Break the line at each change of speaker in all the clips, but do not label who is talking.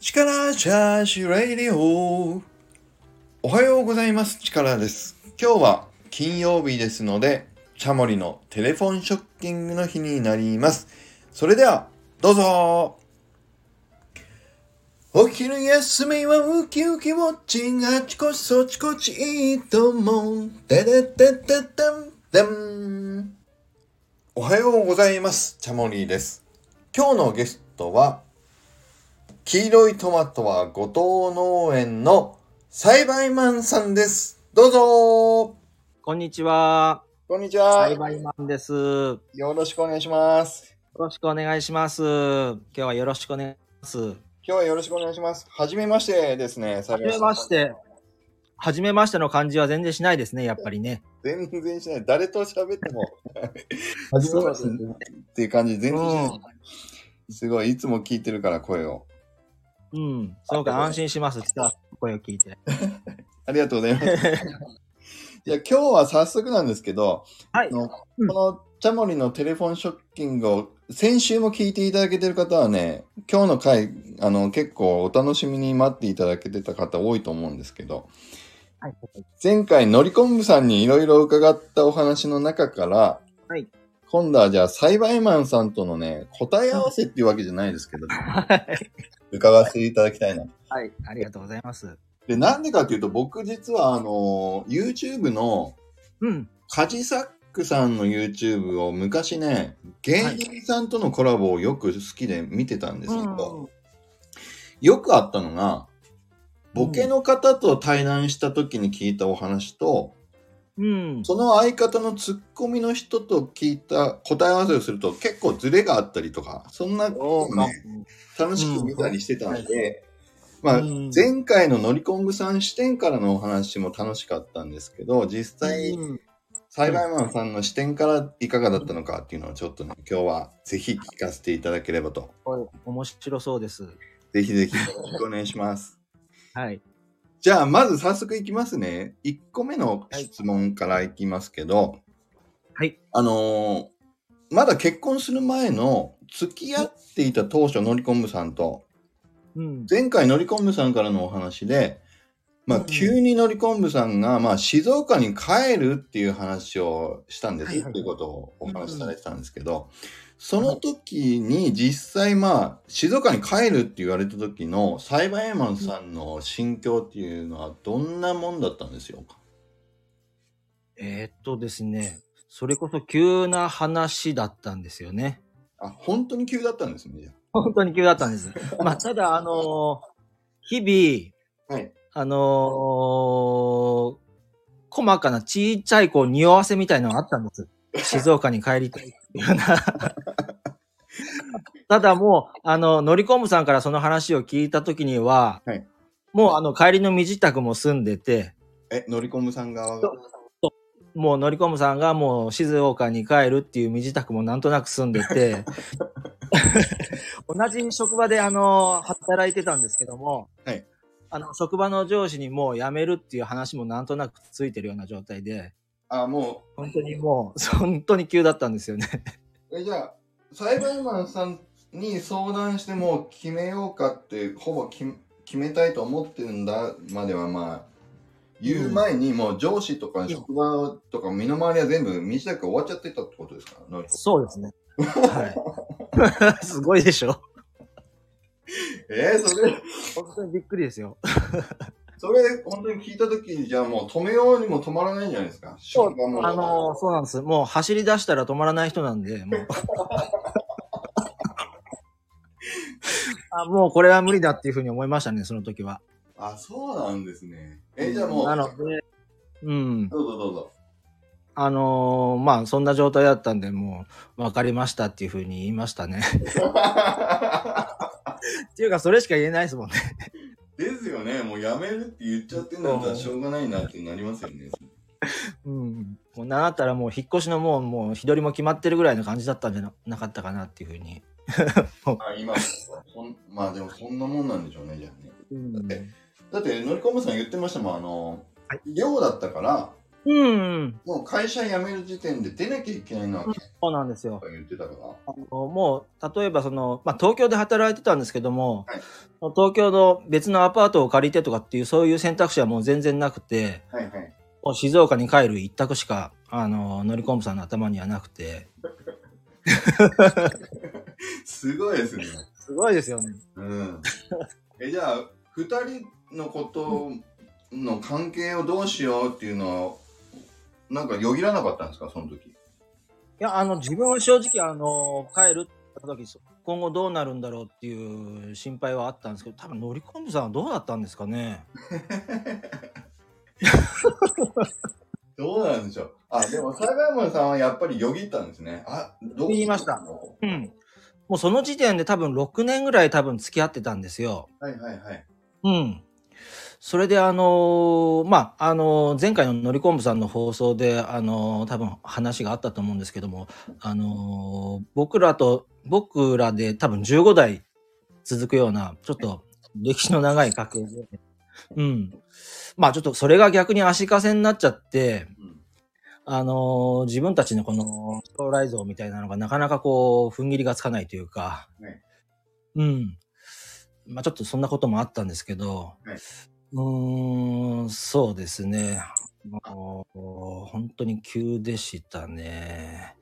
力チャージレディオおはようございます。力です。今日は金曜日ですので、チャモリのテレフォンショッキングの日になります。それでは、どうぞお昼休みはウキウキウォッチングあちこちそちこちいいと思う。てれてててんてん。おはようございます。チャモリーです。今日のゲストは、黄色いトマトは後藤農園の栽培マンさんです。どうぞ
こんにちは。
こんにちは。
栽培マンです。よ
よろしくお願いします。
ろしくお願いします。今日はよろしくお願いします。は
今日はよろしくお願いします。はじめましてですね、は
じめまし。て。はじめましての感じは全然しないですね、やっぱりね。
全然しない。誰と喋っても。はじめまして
そうで
っていう感じ、全然しない。すごい、いつも聞いてるから声を。
うん。すごく安心します。来た声を聞いて。
ありがとうござい ます。じゃあ今日は早速なんですけど、
はい
あのこ
うん
のチャモリのテレフォンショッキングを先週も聞いていただけてる方はね、今日の回、あの結構お楽しみに待っていただけてた方多いと思うんですけど、
はい。
前回のりこんぶさんにいろいろ伺ったお話の中から、
はい
今度はじゃあ栽培マンさんとのね、答え合わせっていうわけじゃないですけど、伺わせていただきたいな
はい。ありがとうございます。
で、なんでかっていうと、僕実はあの、YouTube の
うん。
カジサックさんの YouTube を昔ね、芸人さんとのコラボをよく好きで見てたんですけど、よくあったのが、ボケの方と対談した時に聞いたお話と、
うん。
その相方のツッコミの人と聞いた答え合わせをすると結構ズレがあったりとか、そんな
お
こと
ー
をね、楽しく見たりしてたんで、まあ、
うん
前回の乗り込むさん視点からのお話も楽しかったんですけど、実際、
うん
裁判マンさんの視点からいかがだったのかっていうのをちょっとね、今日はぜひ聞かせていただければと。
お面白そうです。
ぜひぜひよろしくお願いします。
はい。
じゃあ、まず早速いきますね。1個目の質問からいきますけど、
はい。
あのーまだ結婚する前の付き合っていた当初、乗り込むさんと、
うん。
前回乗り込むさんからのお話で、まあ、
うん
急に乗り込むさんが、まあ、静岡に帰るっていう話をしたんです、
はいはい
っていうことをお話しされてたんですけど、その時に実際まあ静岡に帰るって言われた時のサイバーエーマンさんの心境っていうのはどんなもんだったんですよか
えーっとですね。それこそ急な話だったんですよね。
あ本当に急だったんですねじゃ
本当に急だったんです。まあ、ただ、あのー日
あはい
々、あのー細かな小さい、こう、匂わせみたいなのがあったんです。静岡に帰りたいっていうような。ただもう、あの、乗り込むさんからその話を聞いたときには、
はい
もう、あの、帰りの身支度も済んでて、
え乗り込むさん側が
そもう乗り込むさんがもう静岡に帰るっていう身支度もなんとなく済んで て、同じ職場であの、働いてたんですけども、
はい
あの、職場の上司にもう辞めるっていう話もなんとなくついてるような状態で、
あも
本当にもう、本当に急だったんですよね。
うえじゃあサイバーエーマンさんに相談してもう決めようかってほぼき決めたいと思ってるんだまではまあ言う前にもう上司とか職場とか身の回りは全部身支度が終わっちゃってたってことですか乗り込む
そうですね。はい。 すごいでしょ
えー、それ、
本当にびっくりですよ。
それ、本当に聞いたときに、じゃあもう止めようにも止まらないんじゃないですか。職場も
あの、そうなんです。もう走り出したら止まらない人なんで、も う。あもうこれは無理だっていうふうに思いましたね、その時は。
あ、そうなんですね。え、じゃあもう、
なので、うん。
どうぞどう ぞ。
あのーまあ、そんな状態だったんで、もう、わかりましたっていうふうに言いましたね。 っていうか、それしか言えないですもんね。
ですよね、もうやめるって言っちゃってんだったらしょうがないなってなりますよね。
うん。もうなんだったらもう、引っ越しのもう、もう、日取りも決まってるぐらいの感じだったんじゃななかったかなっていうふうに。
あ、今、そんまあでもそんなもんなんでしょうね、じゃあね。
うん
だって、のりこむさん言ってましたもん、あの、
はい
寮だったから、
うん、うん。
もう会社辞める時点で出なきゃいけないのは結
そうなんですよ。
構言ってたから。
あのもう、例えばその、まあ、東京で働いてたんですけども、
はい
東京の別のアパートを借りてとかっていう、そういう選択肢はもう全然なくて、
はいはい。
もう静岡に帰る一択しか、あの、乗り込むさんの頭にはなくて。
すごいですね。
すごいですよね。
うん。 え、じゃあ、二人のことの関係をどうしようっていうのは、なんかよぎらなかったんですか、その時。
いや、あの、自分は正直、あの、帰るって言った時、今後どうなるんだろうっていう心配はあったんですけど、多分乗り込むさんはどうだったんですかね。
どうなんでしょう。あ、でも、坂山さんはやっぱりよぎったんですね。あ、どう
言いました
は
うん。もうその時点で多分6年ぐらい多分付き合ってたんですよ。
いはいはい。
うん。それであのーまあ、あのー前回の乗り込むさんの放送で、あのー多分話があったと思うんですけども、あのー僕らと、僕らで多分15代続くような、ちょっと歴史の長い家系で、うん。まあちょっとそれが逆に足かせになっちゃって、
うん。
あのー自分たちのこの将来像みたいなのがなかなかこう、踏ん切りがつかないというか、
ね
うん。まあちょっとそんなこともあったんですけど、
ね
うーん、そうですね。もう本当に急でしたね。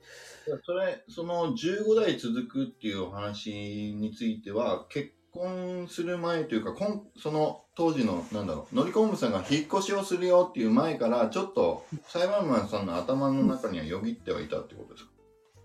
それ、その15代続くっていうお話については、結婚する前というか、こんその当時の、なんだろう、乗り込むさんが引っ越しをするよっていう前から、ちょっと、裁判マンさんの頭の中にはよぎってはいたってことですか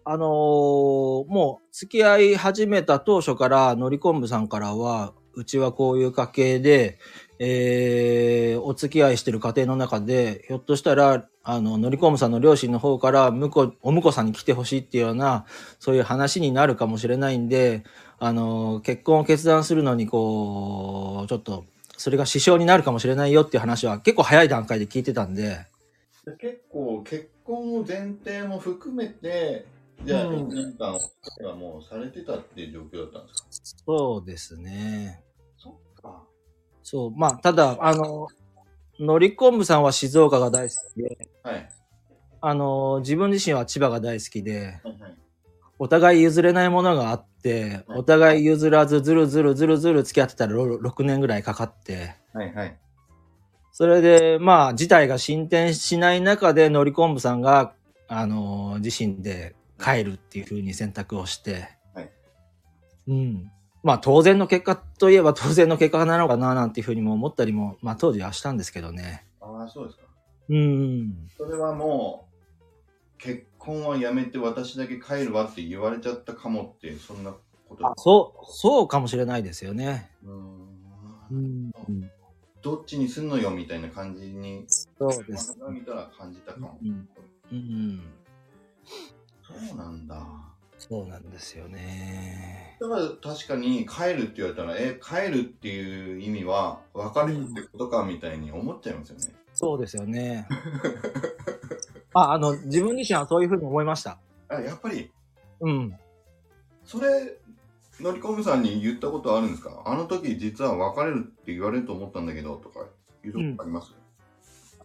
あのーもう付き合い始めた当初から、乗り込むさんからは、うちはこういう家系で、えー、お付き合いしてる家庭の中で、ひょっとしたら、あの、乗り込むさんの両親の方から、向こう、お婿さんに来てほしいっていうような、そういう話になるかもしれないんで、あのー結婚を決断するのに、こう、ちょっと、それが支障になるかもしれないよっていう話は、結構早い段階で聞いてたんで、
で結構、結婚を前提も含めて、じゃあ、
うん
6年間はもうされてたっていう状況だったんですか
そうですね。
そっか。
そう、まあ、ただ、あの、乗り込むさんは静岡が大好きで、
はい。
あの、自分自身は千葉が大好きで、
はいはい。
お互い譲れないものがあって、お互い譲らず、ずるずるずるずる付き合ってたらろ6年ぐらいかかって、
はいはい。
それで、まあ、事態が進展しない中で、乗り込むさんが、あの、自身で帰るっていうふうに選択をして、
はい
うん。まあ、当然の結果といえば当然の結果なのかな、なんていうふうにも思ったりも、まあ、当時はしたんですけどね。
ああ、そうですか。
うん。
それはもう、結婚はやめて私だけ帰るわって言われちゃったかもって、そんなこと
あそう、そうかもしれないですよね。
うーん
ん
どっちにすんのよみたいな感じに、
そうです。
見たら感じたかも。
うん。うん。
そうなんだ。
そうなんですよね。
だから確かに帰るって言われたら、え、帰るっていう意味は別れるってことかみたいに思っちゃいますよね。
そうです よね。あ、あの、自分自身はそういうふうに思いました。
あ、やっぱり、
うん。
それ、のりこむさんに言ったことあるんですかあの時実は別れるって言われると思ったんだけどとか、いうことあります、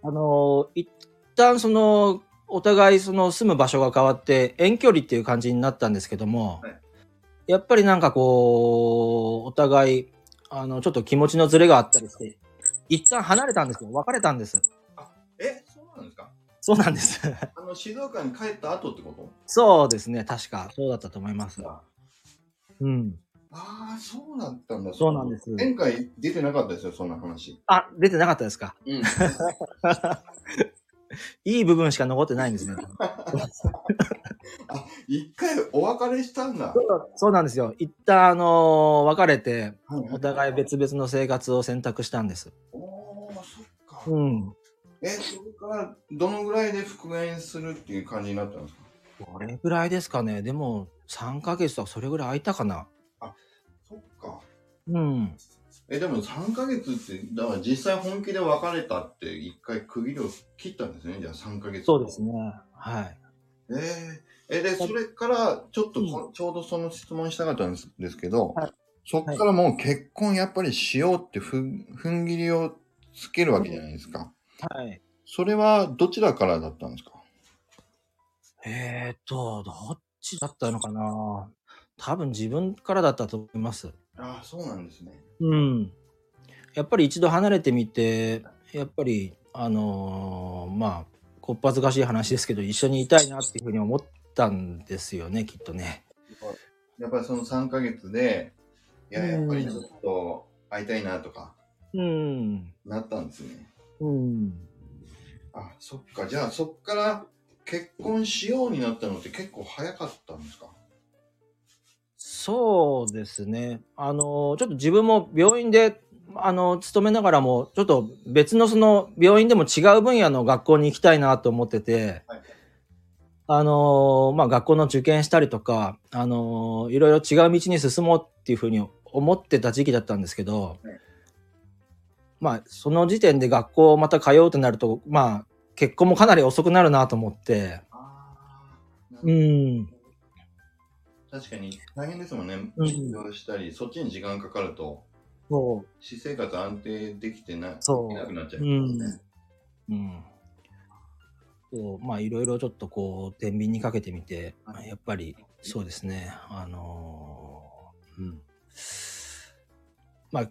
あの、一旦その、お互いその住む場所が変わって遠距離っていう感じになったんですけども、
はい
やっぱりなんかこう、お互い、あの、ちょっと気持ちのズレがあったりして、一旦離れたんですよ。別れたんです。
え、そうなんですか
そうなんです。
あの静岡に帰った後ってこと
そうですね、確か。そうだったと思います。
あ
うん。
あー、そうだったんだ。
そうなんです
前回出てなかったですよ、そんな話。
あ、出てなかったですか。
うん。
いい部分しか残ってないんですね。
一回お別れしたんだ。
そうなんですよ。一旦、あのー別れて、
お
お互い。別々の生活を選択したんです。
おー、そっか。
うん。
え、それからどのぐらいで復元するっていう感じになったんですか
これぐらいですかね。でも、3ヶ月とかそれぐらい空いたかな。
そっか。
うん。
え、でも3ヶ月って、だから実際本気で別れたって一回区切りを切ったんですね、じゃあ3ヶ月。
そうですね。はい。
えーえで、それから、ちょっとこ、ちょうどその質問したかったんですですけど、
はい
そっからもう結婚やっぱりしようってふん、踏ん切りをつけるわけじゃないですか。
はい。
それはどちらからだったんですか
えーっと、どっちだったのかな多分自分からだったと思います。
ああ、そうなんですね。
うん。やっぱり一度離れてみて、やっぱり、あのーまあ、こっぱずかしい話ですけど、一緒にいたいなっていうふうに思ったんですよね、きっとね。
やっぱりその3ヶ月で、いや、
うん
やっぱりちょっと会いたいなとか、
うん。
なったんですね。
うん。
あ、そっか。じゃあそっから結婚しようになったのって結構早かったんですか
そうですね。あの、ちょっと自分も病院で、あの、勤めながらも、ちょっと別のその病院でも違う分野の学校に行きたいなと思ってて、
はい
あの、まあ、学校の受験したりとか、あの、いろいろ違う道に進もうっていうふうに思ってた時期だったんですけど、
はい
まあ、その時点で学校をまた通うとなると、まあ、結婚もかなり遅くなるなと思って、
ああ、
う
なる
ん、
ほど確かに大変ですもんね。
うん
勉強したり、そっちに時間かかると、
そう
私生活安定できてな
そう
できなくなっちゃいます
う
ね。
ん。うん。そう、まあ、いろいろちょっとこう、天秤にかけてみて、やっぱり、そうですね、あのーうん。まあ、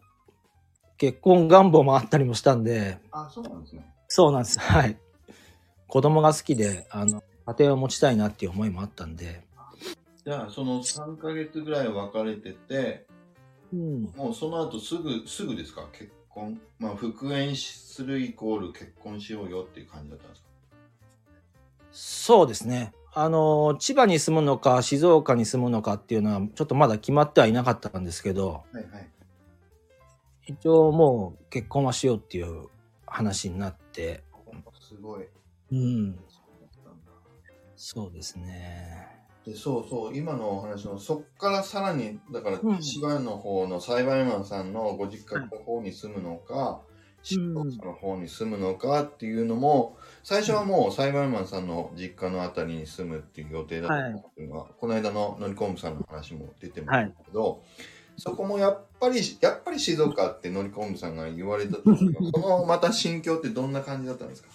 結婚願望もあったりもしたんで、
あ、そうなんですね。
そうなんです。はい。子供が好きで、あの、家庭を持ちたいなっていう思いもあったんで、
じゃあその3ヶ月ぐらい別れてて、
うん。
もうその後すぐ、すぐですか結婚。まあ復縁するイコール結婚しようよっていう感じだったんですか
そうですね。あのー千葉に住むのか、静岡に住むのかっていうのは、ちょっとまだ決まってはいなかったんですけど、
はいはい。
一応もう結婚はしようっていう話になって、
すごい。
うん、
そうだったんだ
そうですね。
でそうそう今のお話のそっからさらにだから
うん
千葉の方の裁判員さんのご実家の方に住むのか静岡の方に住むのかっていうのも最初はもう裁判員さんの実家のあたりに住むっていう予定だったっていうのは、この間ののりこむさんの話も出てましたけど、そこもやっぱりやっぱり静岡ってのりこむさんが言われた 時のこのまた心境ってどんな感じだったんですか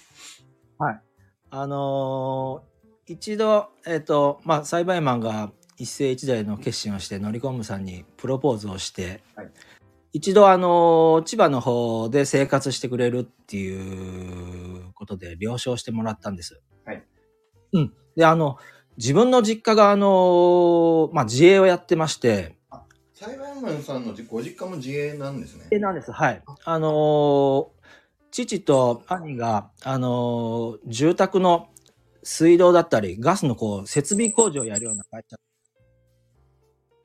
あのー一度、えっ、と、まあ、裁判員マンが一世一代の決心をして、乗り込むさんにプロポーズをして、
はい
一度、あのー千葉の方で生活してくれるっていうことで了承してもらったんです。
はい。
うん。で、あの、自分の実家が、あのーまあ、自営をやってまして、
裁判員さんのご実家も自営なんですね。
えなんです。はい。あのー父と兄が、あのー住宅の水道だったり、ガスのこう、設備工事をやるような会社。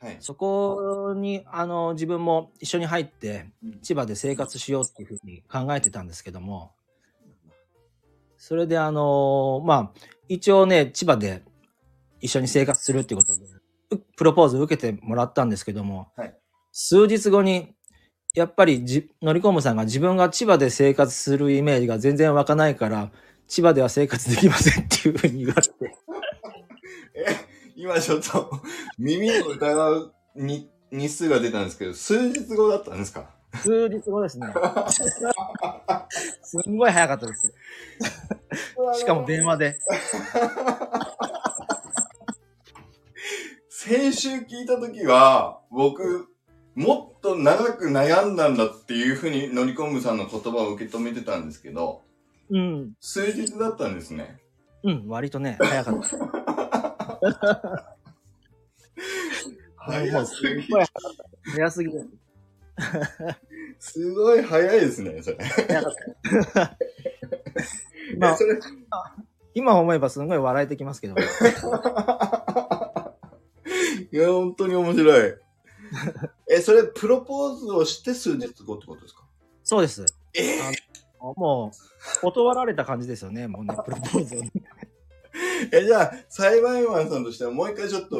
はい
そこに、あのー自分も一緒に入って
うん、
千葉で生活しようっていうふうに考えてたんですけども、それであのーまあ、一応ね、千葉で一緒に生活するっていうことで、うプロポーズ受けてもらったんですけども、
はい
数日後に、やっぱりじ、乗り込むさんが自分が千葉で生活するイメージが全然湧かないから、千葉では生活できませんっていうふうに言われて、
今ちょっと耳を疑うに日数が出たんですけど、数日後だったんですか
数日後ですね。 すんごい早かったです。しかも電話で。
先週聞いた時は、僕、もっと長く悩んだんだっていうふうに乗り込むさんの言葉を受け止めてたんですけど、
うん。
数日だったんですね。
うん、割とね、早かった。
早すぎ
すごい早かった。早すぎる。
すごい早いですね、それ。
早かった。まあ
それ
今思えばすごい笑えてきますけど。
いや、本当に面白 い。え、それ、プロポーズをして数日後ってことですか
そうです。
え
もう、断られた感じですよね。もうね、プロポーズをね。
え、じゃあ、裁判員さんとしては、もう一回ちょっと、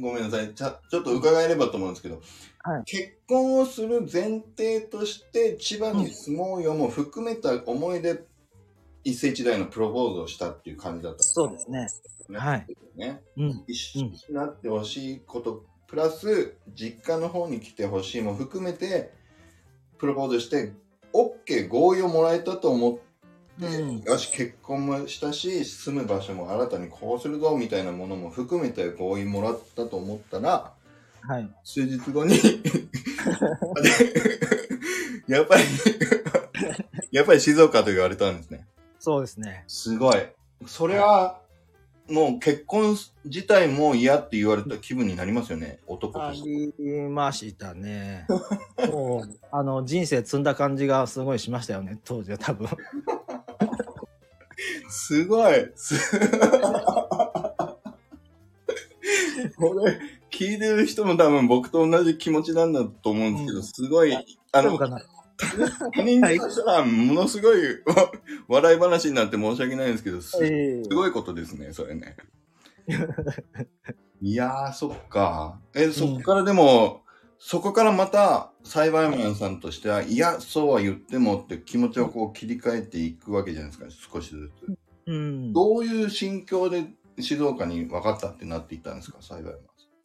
ごめんなさい、ちゃちょっと伺えればと思うんですけど、
はい
結婚をする前提として、千葉に住もうよも含めた思いで、一世一代のプロポーズをしたっていう感じだったん
そうですね。
ね。
はい。
ね
うん。
一緒になってほしいこと、プラス、実家の方に来てほしいも含めて、プロポーズして、OK、合意をもらえたと思
うん。
よし結婚もしたし住む場所も新たにこうするぞみたいなものも含めて合意もらったと思ったら
はい。
数日後に やっぱりやっぱり静岡と言われたんですね
そうですね。
すごいそれはもう結婚自体も嫌って言われた気分になりますよね男
あ
として
りましたね。もう、あの、人生積んだ感じがすごいしましたよね、当時は多分。
すごいすこれ聞いてる人も多分僕と同じ気持ちなんだと思うんですけど、
うん
すごい、あ
そう
の、
かな
他人からしたらものすごいわ笑い話になって申し訳ないんですけど、す
ええ
すごいことですね、それ ね。いやー、そっか。え、そっからでも、そこからまた裁判員さんとしては、いや、そうは言ってもって気持ちをこう切り替えていくわけじゃないですか、少しずつ。
うん。
どういう心境で静岡に分かったってなっていったんですか、裁判員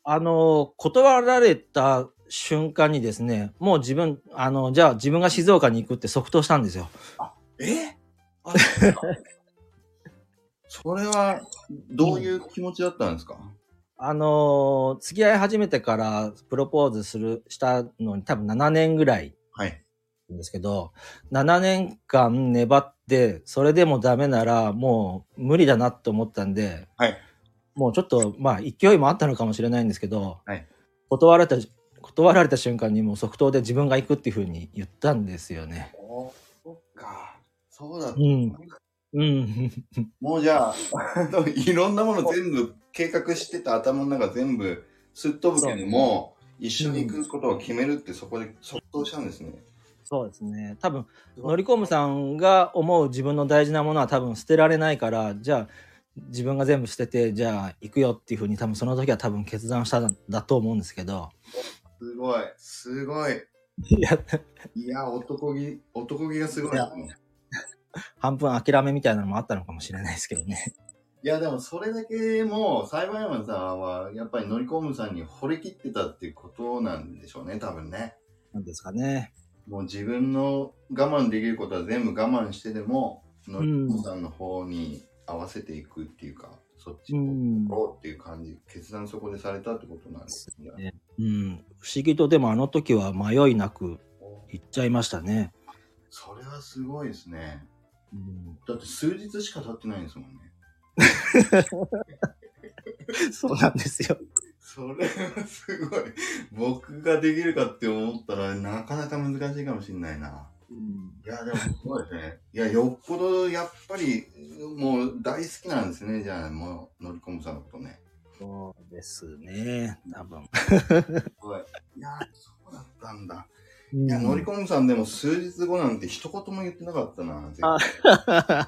あの、断られた瞬間にですね、もう自分、あの、じゃあ自分が静岡に行くって即答したんですよ。
えあ それは、どういう気持ちだったんですか、
あの、付き合い始めてからプロポーズする、したのに多分7年ぐらい
はい。
なんですけど、7年間粘って、それでもダメならもう無理だなと思ったんで、
はい
もうちょっと、まあ勢いもあったのかもしれないんですけど、
はい
断られた、断られた瞬間にもう即答で自分が行くっていうふうに言ったんですよね。
おそっか。そうだった。
うん。うん。
もうじゃあ、 あのいろんなもの全部、計画してた頭の中全部、すっ飛ぶけども、一緒に行くことを決めるってそこで即答したんですね。
そうですね。多分、乗り込むさんが思う自分の大事なものは多分捨てられないから、じゃあ、自分が全部捨てて、じゃあ行くよっていうふうに多分その時は多分決断したんだと思うんですけど。
すごい、すごい。
いや、
いや、男気、男気がすごいですね。
半分諦めみたいなのもあったのかもしれないですけどね。
いや、でもそれだけもう、裁判員さんは、やっぱり乗り込むさんに惚れ切ってたっていうことなんでしょうね、多分ね。
なんですかね。
もう自分の我慢できることは全部我慢してでも、の
ん
りこさんの方に合わせていくっていうか、そっちに
ん
行こうっていう感じ、決断そこでされたってことなんですね。
うん。不思議とでもあの時は迷いなく行っちゃいましたね。
それはすごいですね。
うん、
だって数日しか経ってないですもんね。
そうなんですよ。
それはすごい。僕ができるかって思ったら、なかなか難しいかもしれないな。いや、でもすごいですね。いや、よっぽどやっぱり、もう大好きなんですね、じゃあ、もう、のりこむさんのことね。
そうですね。多分。
いやー、そうだったんだ。いや、乗り込むさんでも数日後なんて一言も言ってなかったな。
あ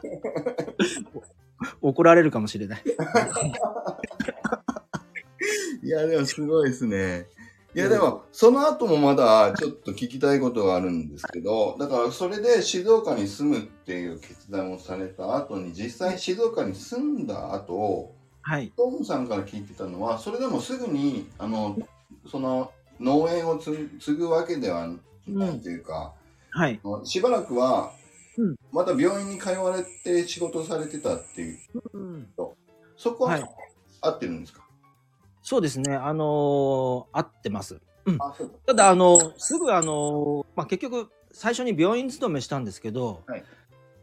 怒られるかもしれない。
いや、でもすごいですね。いや、でも、その後もまだちょっと聞きたいことがあるんですけど、だからそれで静岡に住むっていう決断をされた後に、実際静岡に住んだ後、
はい。
トムさんから聞いてたのは、それでもすぐに、あの、その農園をつ継ぐわけではないというか、
はい。
しばらくは
うん、
また病院に通われて仕事されてたっていう、そこ
は
はい合ってるんですか、
そうですね。あのー合ってます。
あ、そう
ただ、あの、すぐ、あの、まあ、結局、最初に病院勤めしたんですけど、
はい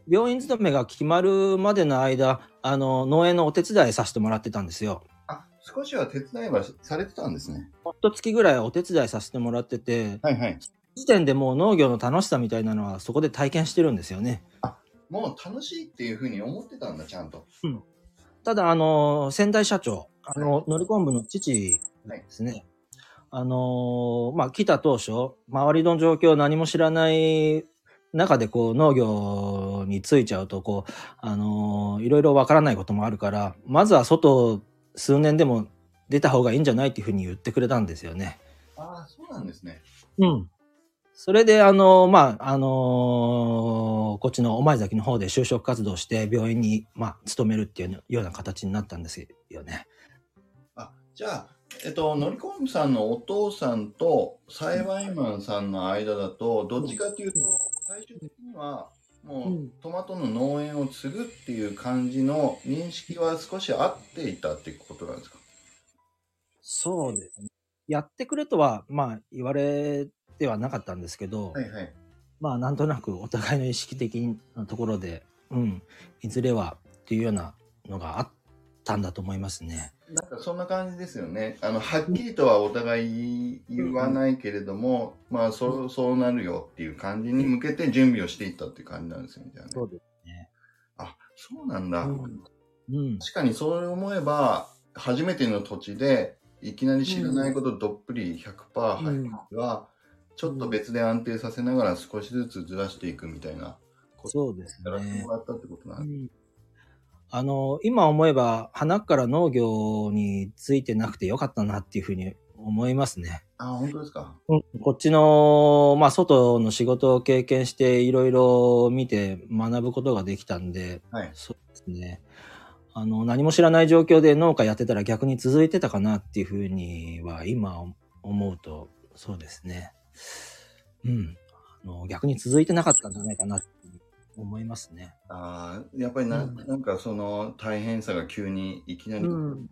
病院勤めが決まるまでの間、あの、農園のお手伝いさせてもらってたんですよ。
あ、少しは手伝いはされてたんですね。
一月ぐらいお手伝いさせてもらってて、
はいはい。
時点でもう農業の楽しさみたいなのはそこで体験してるんですよね。
もう楽しいっていうふうに思ってたんだ、ちゃんと。
ただ、あの、先代社長、あの、乗り昆布の父ですね。あの、まあ、来た当初、周りの状況を何も知らない中で、こう、農業についちゃうと、こう、あの、いろいろわからないこともあるから、まずは外、数年でも出た方がいいんじゃないっていうふうに言ってくれたんですよね。
ああ、そうなんですね。
うん。それで、あの、まあ、あのこっちの御前崎の方で就職活動して病院に、まあ、勤めるっていうような形になったんですよね。
あ、じゃあ、えっと、のりこむさんのお父さんと裁判員さんの間だと、どっちかというと、最終的にはもう、
うん
トマトの農園を継ぐっていう感じの認識は少し合っていたってことなんですか
そうですね。やってくれとは、まあ、言われてはなかったんですけど、
はいはい。
まあ、なんとなくお互いの意識的なところで、うん、いずれはっていうようなのがあったんだと思いますね。
なんかそんな感じですよね。あの、はっきりとはお互い言わないけれども、まあ、そう、そうなるよっていう感じに向けて準備をしていったっていう感じなんですよね。じゃあね
そうです。
あ、そうなんだ。
うんうん。
確かにそう思えば、初めての土地で、いきなり知らないことどっぷり100%入るのは、ちょっと別で安定させながら少しずつずらしていくみたいな、
そうです
やらせて
ね
も。らったってことなん
う
で
んあの、今思えば、花から農業についてなくてよかったなっていうふうに思いますね。
あ、本当ですか。
こっちの、まあ、外の仕事を経験して、いろいろ見て学ぶことができたんで、
はい
そうですね。あの、何も知らない状況で農家やってたら逆に続いてたかなっていうふうには、今思うと、そうですね。うん。あの逆に続いてなかったんじゃないかなって思いますね。
ああ、やっぱりな,、
うん
ん、なんかその大変さが急にいきなり
うん。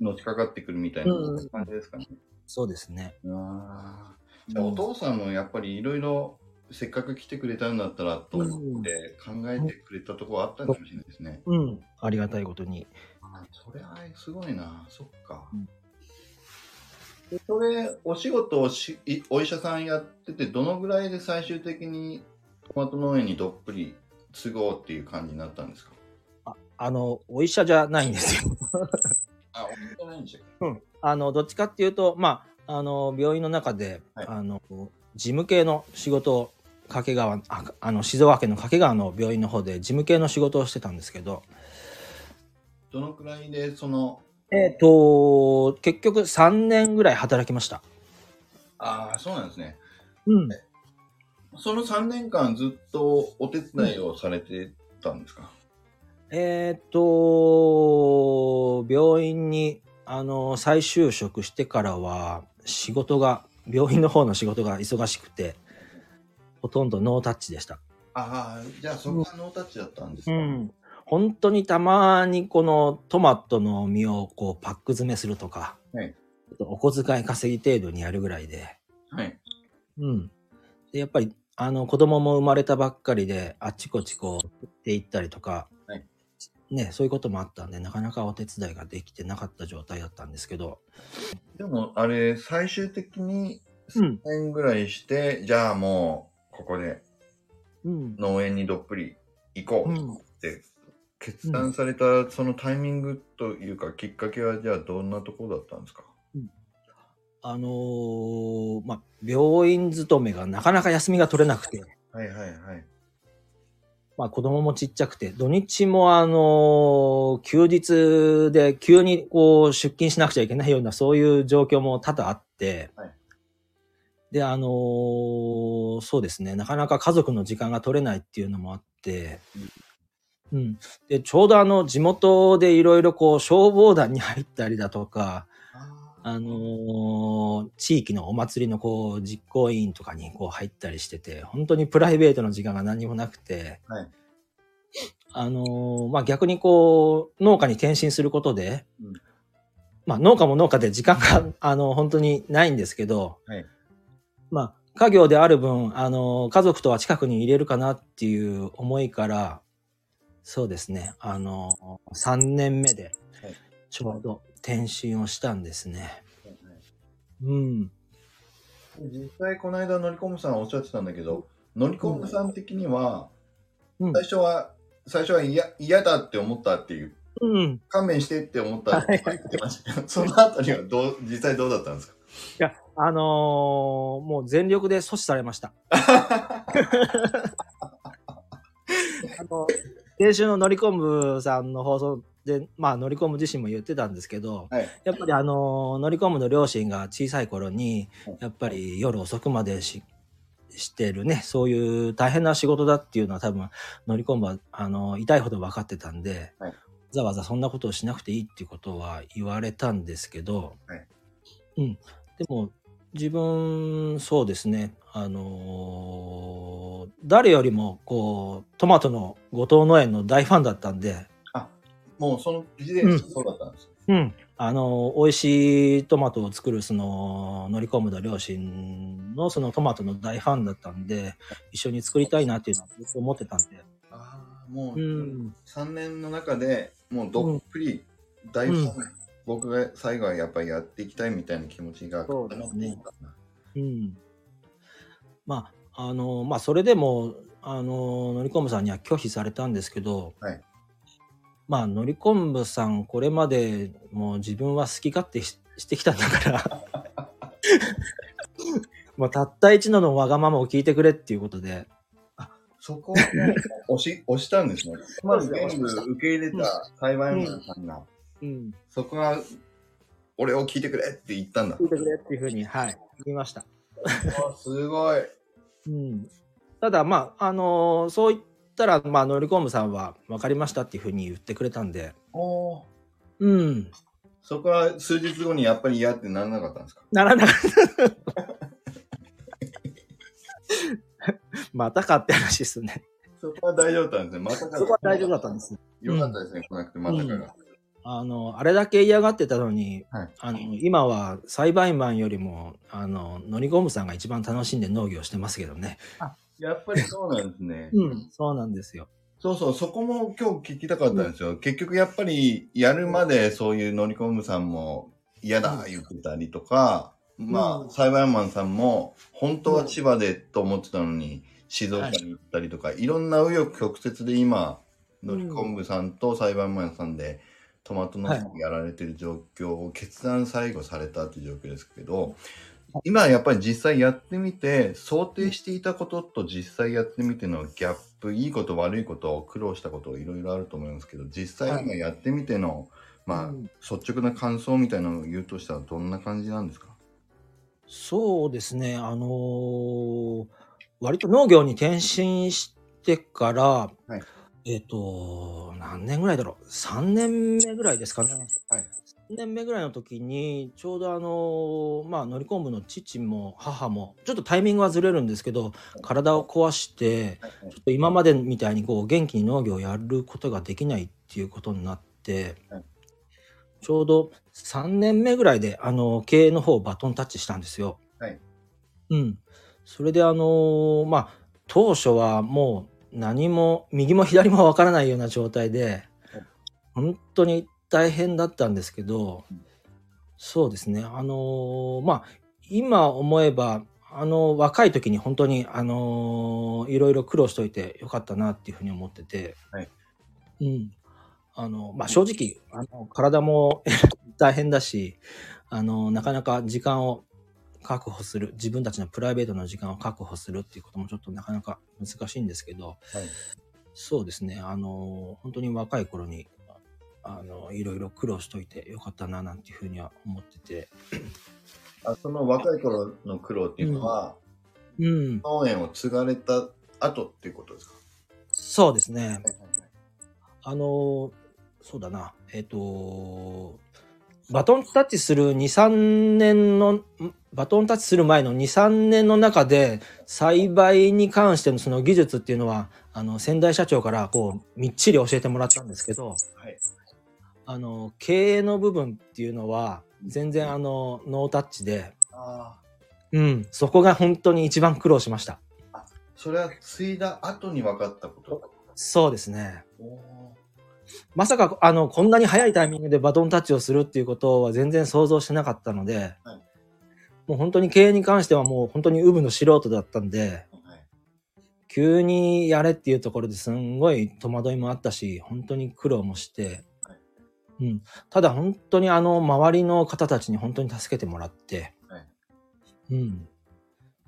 のしかかってくるみたいな
うん
感じですかね。
そうですね。
あーじゃあお父さんもやっぱりいろいろせっかく来てくれたんだったらと思って考えてくれたところあったかもしれないですね。
うん。ありがたいことに。
あそれはすごいな、そっか
うん。
でそれ、お仕事をしいお医者さんやってて、どのぐらいで最終的にトマト農園にどっぷり都合うっていう感じになったんですか
ああの、お医者じゃないんですよ。
あ、お医者じゃないんでしたっけ
うん、あのどっちかっていうと、まあ、あの病院の中で、
はい
あの事務系の仕事を掛川ああの静岡県の掛川の病院の方で事務系の仕事をしてたんですけど、
どのくらいでその、
えっと結局3年ぐらい働きました。
ああ、そうなんですね。
うん、
その3年間ずっとお手伝いをされてたんですか、
えっと病院にあの再就職してからは仕事が病院の方の仕事が忙しくてほとんどノータッチでした。
ああ、じゃあそこがノータッチだったんです
う
か、
ん、本当にたまにこのトマトの実をこうパック詰めするとか、
はい
ちょっとお小遣い稼ぎ程度にやるぐらいで,、
はい。
うん、でやっぱりあの子供も生まれたばっかりであっちこっちこう行って行ったりとか、
はい
ね、そういうこともあったんでなかなかお手伝いができてなかった状態だったんですけど、
でも、あれ、最終的に
うん
3年ぐらいして、じゃあもう、ここで
うん
農園にどっぷり行こ
う
うっ
ん、
て決断された、そのタイミングというか、きっかけは、じゃあどんなところだったんですか
あのーまあ病院勤めがなかなか休みが取れなくて。
はいはいはい。
まあ子供もちっちゃくて、土日もあのー休日で急にこう出勤しなくちゃいけないようなそういう状況も多々あって、
はい
で、あのーそうですね、なかなか家族の時間が取れないっていうのもあって、うん。で、ちょうどあの地元でいろいろこう消防団に入ったりだとか、あのー地域のお祭りのこう実行委員とかにこう入ったりしてて、本当にプライベートの時間が何もなくて、
はい
あのーまあ、逆にこう、農家に転身することで、
うん
まあ、農家も農家で時間が、 あの、本当にないんですけど、
はい
まあ、家業である分、あのー家族とは近くに入れるかなっていう思いから、そうですね、あのー、3年目で
はい、
ちょうど転身をしたんですね。うん。
実際、この間、のりこむさんおっしゃってたんだけど、のりこむさん的には、
うん
最初は、最初は嫌嫌だって思ったっていう、
うん。
勘弁してって思ったって言ってましたけど、そのあたりはどう、実際どうだったんですか
いや、あのーもう全力で阻止され ました。あの、先週の乗り込むさんの放送で、まあ乗り込む自身も言ってたんですけど、
はい
やっぱりあのー乗り込むの両親が小さい頃に
はい、
やっぱり夜遅くまでし、してるね、そういう大変な仕事だっていうのは多分、乗り込むは、あのー痛いほど分かってたんで、
はい
わざわざそんなことをしなくていいっていうことは言われたんですけど、
はい
うん。でも、自分、そうですね。あのーの、誰よりも、こう、トマトの後藤農園の大ファンだったんで、
もうその時点でそうだったんです。
うん。あの、美味しいトマトを作る、その、乗り込むの両親の、そのトマトの大ファンだったんで、一緒に作りたいなっていうのはずっと思ってたんで。
ああ、もう、
うん。
3年の中でもうどっぷり大ファン、僕が最後はやっぱりやっていきたいみたいな気持ちが
そ
固
うで
まっ
す
てい
ね
ったな。
うん。まあ、あの、まあ、それでも、あの、乗り込むさんには拒否されたんですけど、
はい
まあ、乗り込むさん、これまでもう自分は好き勝手ししてきたんだから、 まあ、たった一度のわがままを聞いてくれっていうことで、
そこをね押し 押したんですね。まず全部受け入れた裁判員さんが、
うん、
そこは俺を聞いてくれって言ったんだ
聞。いてくれっていうふうに、はい、言いました。
あすごい。
うん、ただ、まあ、あのーそう言ったら、まあ、乗り込むさんは分かりましたっていうふうに言ってくれたんで、
おー
うん、
そこは数日後にやっぱり嫌ってならなかったんですか
ならなかった。またかって話ですね。
そこは大丈夫だったんですね。またから
そこは大丈夫だったんです。
よかったですね、来なくてまたから。
あの、あれだけ嫌がってたのに、
はい
あの、今は裁判員よりも、あの、乗り込むさんが一番楽しんで農業してますけどね。
やっぱりそうなんですね。
うん。そうなんですよ。
そうそう、そこも今日聞きたかったんですよ。結局やっぱりやるまでそういう乗り込むさんも嫌だ
うん
言ってたりとか、ま
う
あ
ん
裁判マンさんも本当は千葉でと思ってたのに静岡に行ったりとか、い、ろんな紆余曲折で今乗り込むさんと裁判マンさんでトマトのやられてる状況を決断最後されたっていう状況ですけど、今やっぱり実際やってみて想定していたことと実際やってみてのギャップいいこと悪いこと苦労したこといろいろあると思いますけど実際今やってみての、まあ、
うん
率直な感想みたいなのを言うとしたらどんな感じなんですか
そうですね、あのー割と農業に転身してから、
は
えっ、と、何年ぐらいだろう、3年目ぐらいですかね。
はい
3年目ぐらいの時に、ちょうどあのーまあ、乗り込むの父も母も、ちょっとタイミングはずれるんですけど、体を壊して、ちょっと今までみたいにこう元気に農業をやることができないっていうことになって、
はい
ちょうど3年目ぐらいであの経営の方をバトンタッチしたんですよ。
はい
うん、それであのーまあ当初はもう何も右も左もわからないような状態で
はい
本当に大変だったんですけど
うん
そうですねあのーまあ今思えばあの若い時に本当にあのいろいろ苦労しといてよかったなっていうふうに思ってて、
はい
うんあのまあ、正直あの体も大変だしあのなかなか時間を確保する自分たちのプライベートの時間を確保するっていうこともちょっとなかなか難しいんですけど、そうですねあの本当に若い頃にあのいろいろ苦労しといてよかったななんていうふうには思ってて。
あその若い頃の苦労っていうのは、
うん、
農園を継がれた後っていうことですか、
そうですね。あの、そうだな、えっ、と、バトンタッチする2、3年の、んバトンタッチする前の2、3年の中で、栽培に関してのその技術っていうのは、あの、先代社長からこう、みっちり教えてもらったんですけど、
はい
あの、経営の部分っていうのは、全然あの、ノータッチで、
ああ
うん、そこが本当に一番苦労しました。
それは継いだ後に分かったこと
そうですね。
おお
まさかあのこんなに早いタイミングでバトンタッチをするっていうことは全然想像してなかったので、
はい
もう本当に経営に関してはもう本当にウブの素人だったんで
ー、はい
急にやれっていうところですんごい戸惑いもあったし本当に苦労もして、
はい
うん、ただ本当にあの周りの方たちに本当に助けてもらって、
はい
うん、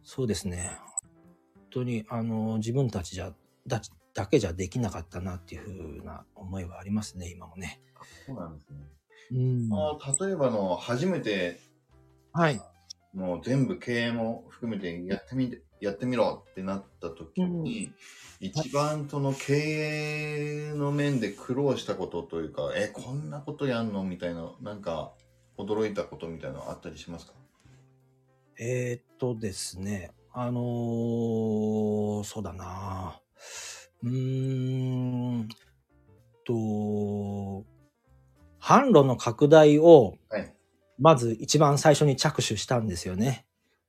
そうですね本当にあの自分たちじゃだだけじゃできなかったなっていうふうな思いはありますね今もね。
そうなんですね
うん
あー例えばの初めて
はい。
もう全部経営も含めてやってみてやってみろってなった時に、一番その経営の面で苦労したことというか、えこんなことやんのみたいななんか驚いたことみたいなのあったりしますか
えーっとですね、あのーそうだなうーんと、販路の拡大を、
はい
まず一番最初に着手したんですよね。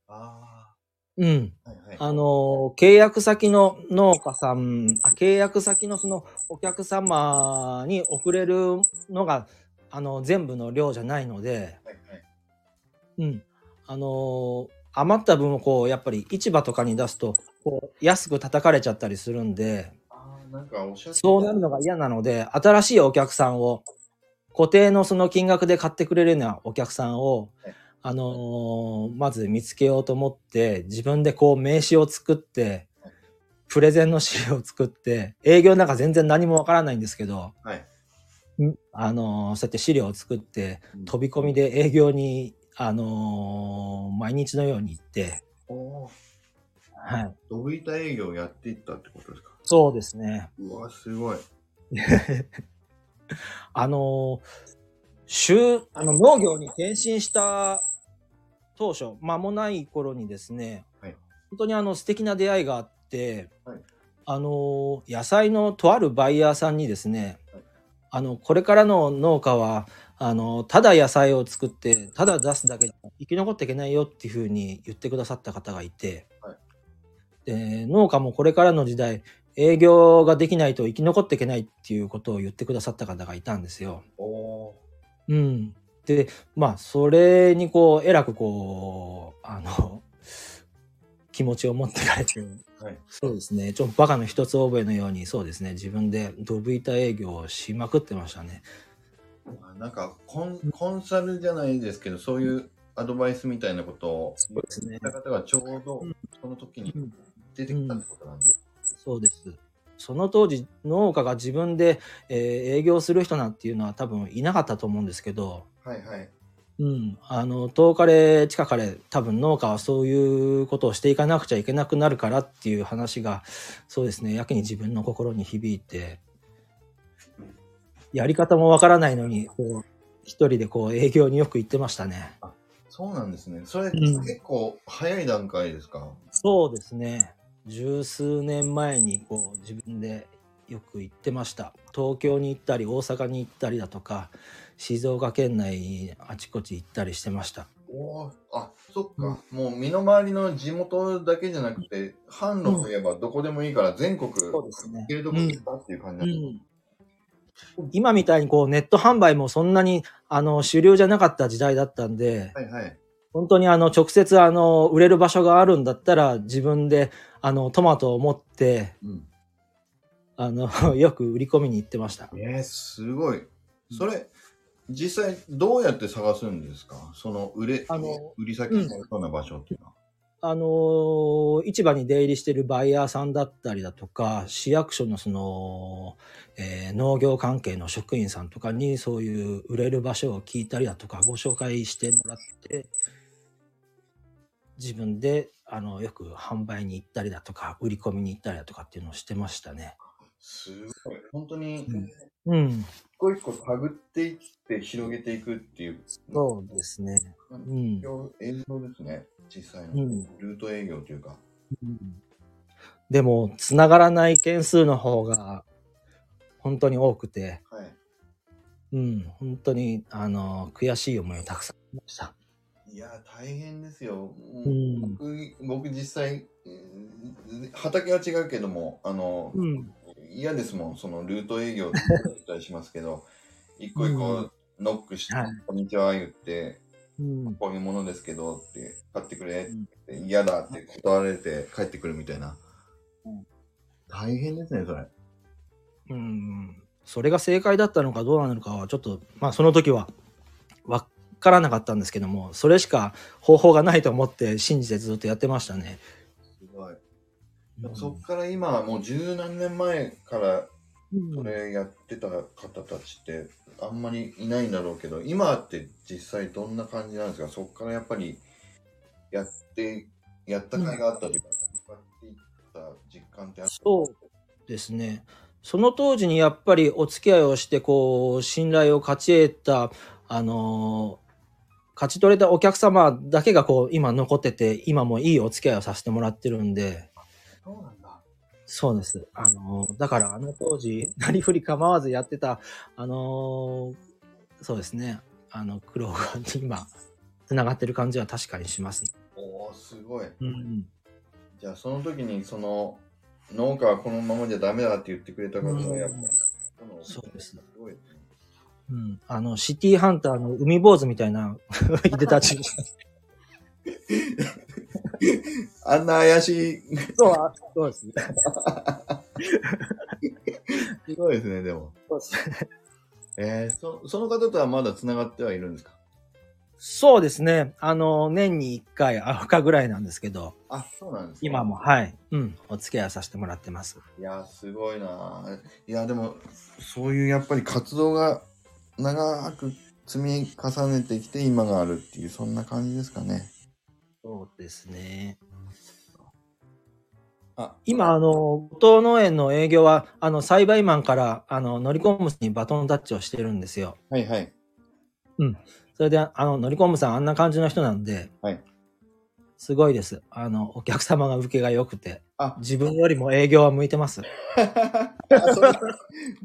あ
うん。
あ。はいはい。
あの、契約先の農家さん、あ契約先のそのお客様に送れるのが、あの、全部の量じゃないので、
はいはい。
うん。あの、余った分をこう、やっぱり市場とかに出すと、こう、安く叩かれちゃったりするんで、
ああ、なんかおしゃれ。
そうなるのが嫌なので、新しいお客さんを、固定のその金額で買ってくれるようなお客さんを
はい、
あのーまず見つけようと思って、自分でこう名刺を作って
はい、
プレゼンの資料を作って、営業なんか全然何もわからないんですけど、
はい。
んあのーそうやって資料を作って、飛
び。
び込みで営業に、あのー毎日のように行って、
おおー。
はい。
どういった営業をやっていったってことですか
そうですね。
うわ、すごい。
あの週あの農業に転身した当初間もない頃にですね、
はい
本当にあの素敵な出会いがあって、
はい
あの野菜のとあるバイヤーさんにですね、
はい
あのこれからの農家はあのただ野菜を作ってただ出すだけじゃ生き残っていけないよっていうふうに言ってくださった方がいて、
はい
で農家もこれからの時代営業ができないと生き残っていけないっていうことを言ってくださった方がいたんですよ。
おお
うん、でまあそれにこうえらくこうあの 気持ちを持ってかれて
ー。はい。
そうですねちょっとバカの一つ覚えのようにそうですね自分でドブ板営業をしまくってましたね。
あなんかコン、コンサルじゃないですけど、そういうアドバイスみたいなことを
そうですね
言った方がちょうど
うん
その時に
うん
出てきたってことなんです。
そうです。その当時農家が自分で、えー営業する人なんていうのは多分いなかったと思うんですけど、
はいはい。
うん、あの遠かれ近かれ多分農家はそういうことをしていかなくちゃいけなくなるからっていう話がそうですねやけに自分の心に響いてやり方もわからないのにこう一人でこう営業によく行ってましたね
そうなんですね。それ、
ん
結構早い段階ですか
そうですね十数年前にこう自分でよく行ってました東京に行ったり大阪に行ったりだとか静岡県内にあちこち行ったりしてました
おーあそっか、もう身の回りの地元だけじゃなくて販路といえばどこでもいいから全国
そう
行
ですね
けるとこに行ったっていう感じなんですね
今みたいにこうネット販売もそんなにあの主流じゃなかった時代だったんで、
はいはい
本当にあの直接あの売れる場所があるんだったら自分であのトマトを持って
うん
あの よく売り込みに行ってました。
えー、すごいそれ実際どうやって探すんですかその売れ
あの
売り先のような場所っていうのは、
あのー市場に出入りしてるバイヤーさんだったりだとか市役所のその、えー農業関係の職員さんとかにそういう売れる場所を聞いたりだとかご紹介してもらって自分であのよく販売に行ったりだとか売り込みに行ったりだとかっていうのをしてましたね。
すごい本当に
うんうん、
一個一個探っていって広げていくっていう
そうですね。うん
映像ですね実際の、
うん
ルート営業というか
でもつながらない件数の方が本当に多くて。
はい
うん、本当に、あの、悔しい思いをたくさんしました。
いやー大変ですよ。
うん
僕僕実際うん畑は違うけどもあの、
うん。
嫌ですもんそのルート営業って言ったりしますけ ど一個一
う
個ノックして「
はい
こんにちは」言って
うん
「こういうものですけど」って「買ってくれ」って嫌だって断られて帰ってくるみたいな、
うん
大変ですねそれ。
うん。それが正解だったのかどうなのかは、ちょっと、まあ、その時は、わからなかったんですけども、それしか方法がないと思って信じてずっとやってましたね。
すごいでもそっから今はもう十何年前から
うん
それやってた方たちってあんまりいないんだろうけど今って実際どんな感じなんですかそこからやっぱりやってやった甲斐があったというか、やっていった実感ってある
そうですね。その当時にやっぱりお付き合いをしてこう信頼を勝ち得たあの勝ち取れたお客様だけがこう、今残ってて、今もいいお付き合いをさせてもらってるんで、
そうなんだ。
そうです。あの、だからあの当時、 なりふり構わずやってた、あのーそうですね、あの、苦労が今、繋がってる感じは確かにしますね。
おお、すごい。
うん。
じゃあ、その時に、その、農家はこのままじゃダメだって言ってくれたから、
うん
やっぱり、この
そうです。
ごい。
うん。あの、シティハンターの海坊主みたいな、 いでたち。
あんな怪しい。
そう、あそうですね。
すごいですね、でも。
そうです
えー、そその方とはまだ繋がってはいるんですか
そうですね。あの、年に1回、アフカぐらいなんですけど、
あ、そうなんですか
今も、。はい。うん。お付き合いさせてもらってます。
いや、すごいな。いや、でも、そういうやっぱり活動が長く積み重ねてきて今があるっていう、そんな感じですかね。
そうですね。
あ、
今、あの、後藤農園の営業は、あの、栽培マンから、あの、乗り込むにバトンタッチをしてるんですよ。
はいはい。
それで、あの、乗り込むさん、あんな感じの人なんで、
はい
すごいです。あの、お客様が受けが良くて、
あ、
自分よりも営業は向いてます。
あそれ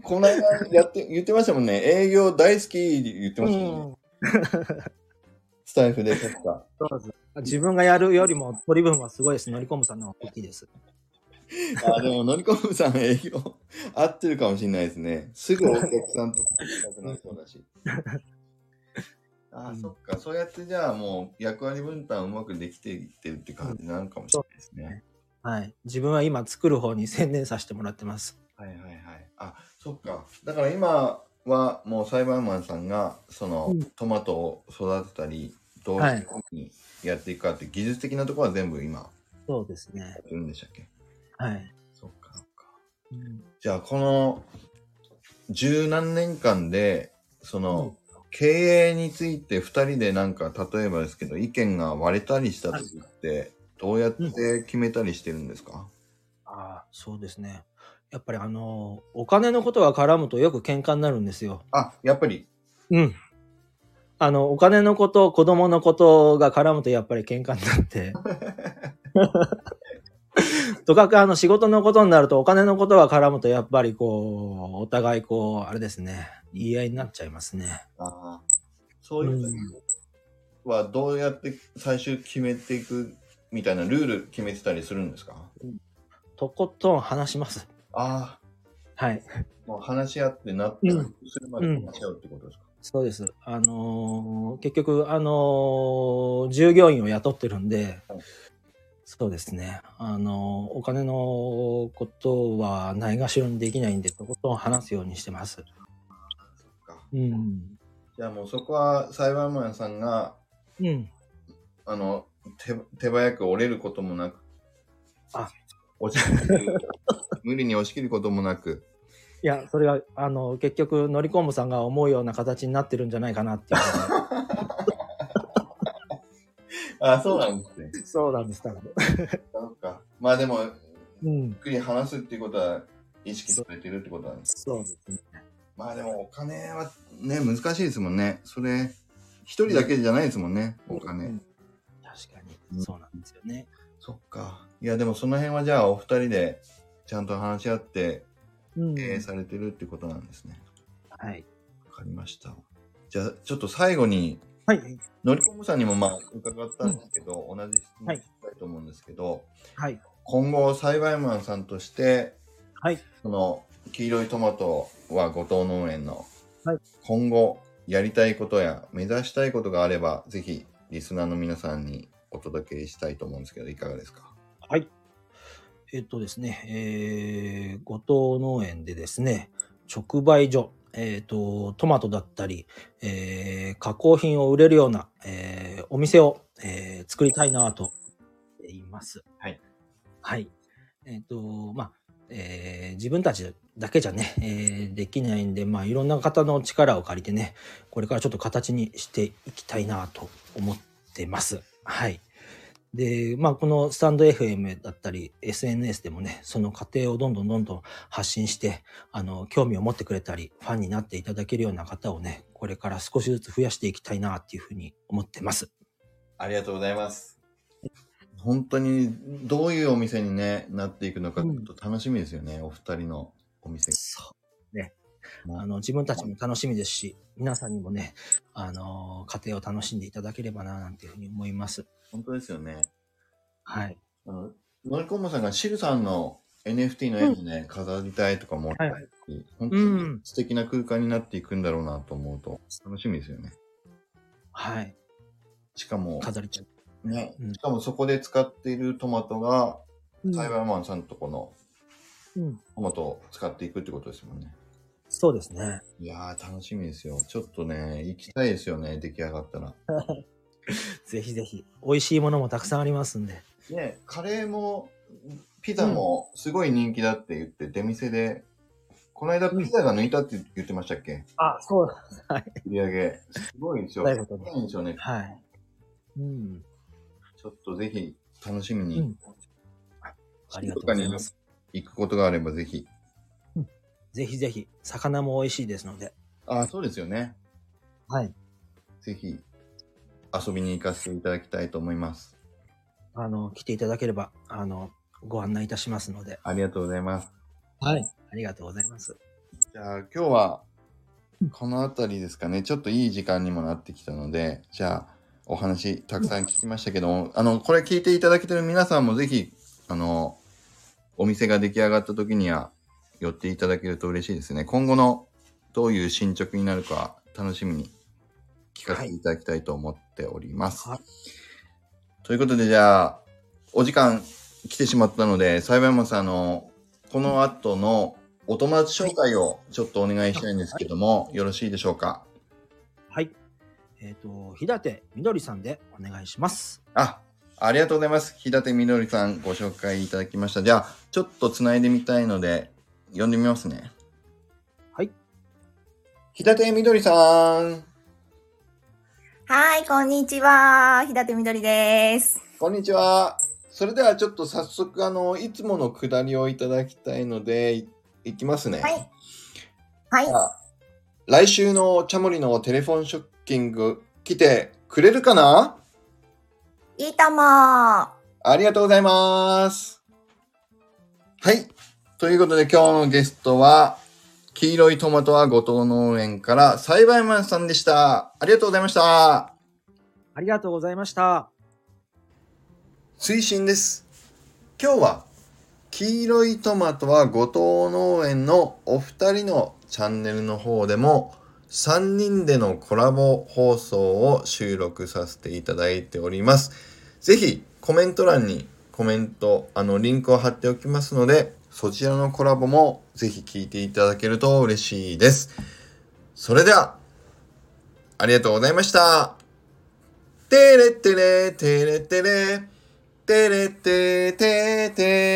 この間やって言ってましたもんね。営業大好きって言ってましたもんね。
うん
スタイフで確か。
そうです自分がやるよりも取り分はすごいです。乗り込むさんの方が大きいです。
あ、でも、のりこむさん営業 合ってるかもしれないですね。すぐお客さんと接したくなりそうだし。あ、
うん
そっか。そうやってじゃあもう役割分担うまくできていってるって感じなのかもしれないですね。
はい。自分は今作る方に専念させてもらってます。
はいはいはい。あ、そっか。だから今はもう裁判マンさんがその
うん
トマトを育てたり、どう
はい
いうふうにやっていくかって技術的なところは全部今や
そうですね。
ってるんでしたっけ
はい。
そっかそっか。じゃあこの十何年間でその、経営について2人でなんか例えばですけど意見が割れたりした時ってどうやって決めたりしてるんですか、
ああ、そうですね。やっぱりあのーお金のことが絡むとよく喧嘩になるんですよ。
あやっぱり
うん。あの、お金のこと、子供のことが絡むとやっぱり喧嘩にな って。とかくあの仕事のことになるとお金のことが絡むとやっぱりこう、お互いこう、あれですね、言い合いになっちゃいますね。
あーそういう時はどうやって最終決めていくみたいなルール決めてたりするんですか
とことん話します。
あ
はい。
あもう話し合ってなって
うん
するまで話し合うってことですか、
そうです。あのー結局、あのー従業員を雇ってるんで
はい、
そうですね。あのーお金のことはないがしろにできないんで、とことん話すようにしてます。
そっか
うん。
じゃあもうそこは裁判マンさんが
うん。
あの、手手早く折れることもなく。
あ
押し切る無理に押し切ることもなく。
いや、それが、あの、結局、乗り込むさんが思うような形になってるんじゃないかなっていう。
あ、そうなんですね。
そうなんです、多分。
そうか。まあでも、ゆ
うん
っ。くり話すっていうことは意識されてるってことなんです。
そうですね。
まあでもお金はね、難しいですもんね。それ、一人だけじゃないですもんね、お金。
うん確かに、そうなんですよね。
そっか。いや、でもその辺はじゃあお二人でちゃんと話し合って
うん。
経営されてるってことなんですね。
はい。
わかりました。じゃあ、ちょっと最後に
はい。
のりこむさんにもまあ伺ったんですけど、同じ質問したいと思うんですけど、
はい。
今後栽培マンさんとして
はい。
その黄色いトマトは後藤農園の、
はい
今後やりたいことや目指したいことがあればぜひリスナーの皆さんにお届けしたいと思うんですけどいかがですか
はい。えっとですね、えー、後藤農園でですね、直売所、えっ、と、トマトだったり、えー、加工品を売れるような、えー、お店を、えー、作りたいなと思っています。
はい。
はい。えっ、と、まあ、えー自分たちだけじゃね、えーできないんで、まあ、いろんな方の力を借りてね、これからちょっと形にしていきたいなと思ってます。はい。で、まあ、このスタンド FM だったり、SNS でもね、その過程をどんどんどんどん発信して、あの、興味を持ってくれたり、ファンになっていただけるような方をね、これから少しずつ増やしていきたいなっていうふうに思ってます。
ありがとうございます。本当にどういうお店に、ね、なっていくのかちょっと楽しみですよね、お二人のお店
そう。ね。あの、自分たちも楽しみですし、皆さんにもね、あの、過程を楽しんでいただければな、なんていうふうに思います。
本当ですよね。
はい。
あののりこんぼさんがシルさんの NFT の絵もね、飾りたいとか思ったり、
はい
本当に素敵な空間になっていくんだろうなと思うと楽しみですよね。
はい。
しかも、
飾りちゃ
ね、
うん
しかもそこで使っているトマトが、
う。
栽培マンさんとこの
うん。
トマトを使っていくってことですもんね。
そうですね。
いやー、楽しみですよ。ちょっとね、行きたいですよね、出来上がったら。
ぜひぜひ。美味しいものもたくさんありますんで。
ね、カレーも、ピザもすごい人気だって言って、出店で、この間ピザが抜いたって言ってましたっけ、
あ、そうだ。はい。
売り上げ。すごいんですよ。
なるほど
すごいんですよね。
はい。うん。
ちょっとぜひ楽しみ
う
に
ん。ありがとうございます。
行くことがあればぜひ。
ぜひぜひ。魚も美味しいですので。
あ、そうですよね。
はい。
ぜひ遊びに行かせていただきたいと思います。
あの、来ていただければ、あの、ご案内いたしますので。
ありがとうございます。
はい。ありがとうございます。
じゃあ今日はこの辺りですかね。ちょっといい時間にもなってきたので、じゃあお話たくさん聞きましたけども、あの、これ聞いていただけてる皆さんもぜひ、あの、お店が出来上がった時には寄っていただけると嬉しいですね。今後のどういう進捗になるか楽しみに聞かせていただきたいと思っております。
はい
ということでじゃあ、お時間来てしまったので、裁判マンさん、あの、この後のお友達紹介をちょっとお願いしたいんですけども、よろしいでしょうか。
はい。えっ、と、日立みどりさんでお願いします。
あ、ありがとうございます。日立みどりさんご紹介いただきました。じゃあ、ちょっとつないでみたいので、読んでみますね。
はい。
日立みどりさん、
はい、こんにちは。日立みどりです。
こんにちは。それではちょっと早速、あの、いつものくだりをいただきたいので、いいきますね。
はい。はい
じゃ。あ来週のチャモリのテレフォンショッキング来てくれるかない
いとも。は
ありがとうございます。はい。ということで今日のゲストは、黄色いトマトは後藤農園から栽培マンさんでした。ありがとうございました。
ありがとうございました。
推進です。今日は、黄色いトマトは後藤農園のお二人のチャンネルの方でも、3人でのコラボ放送を収録させていただいております。ぜひ、コメント欄にコメント、あの、リンクを貼っておきますので、そちらのコラボもぜひ聞いていただけると嬉しいです。それでは、ありがとうございました。てれてれてれてれ。てれててて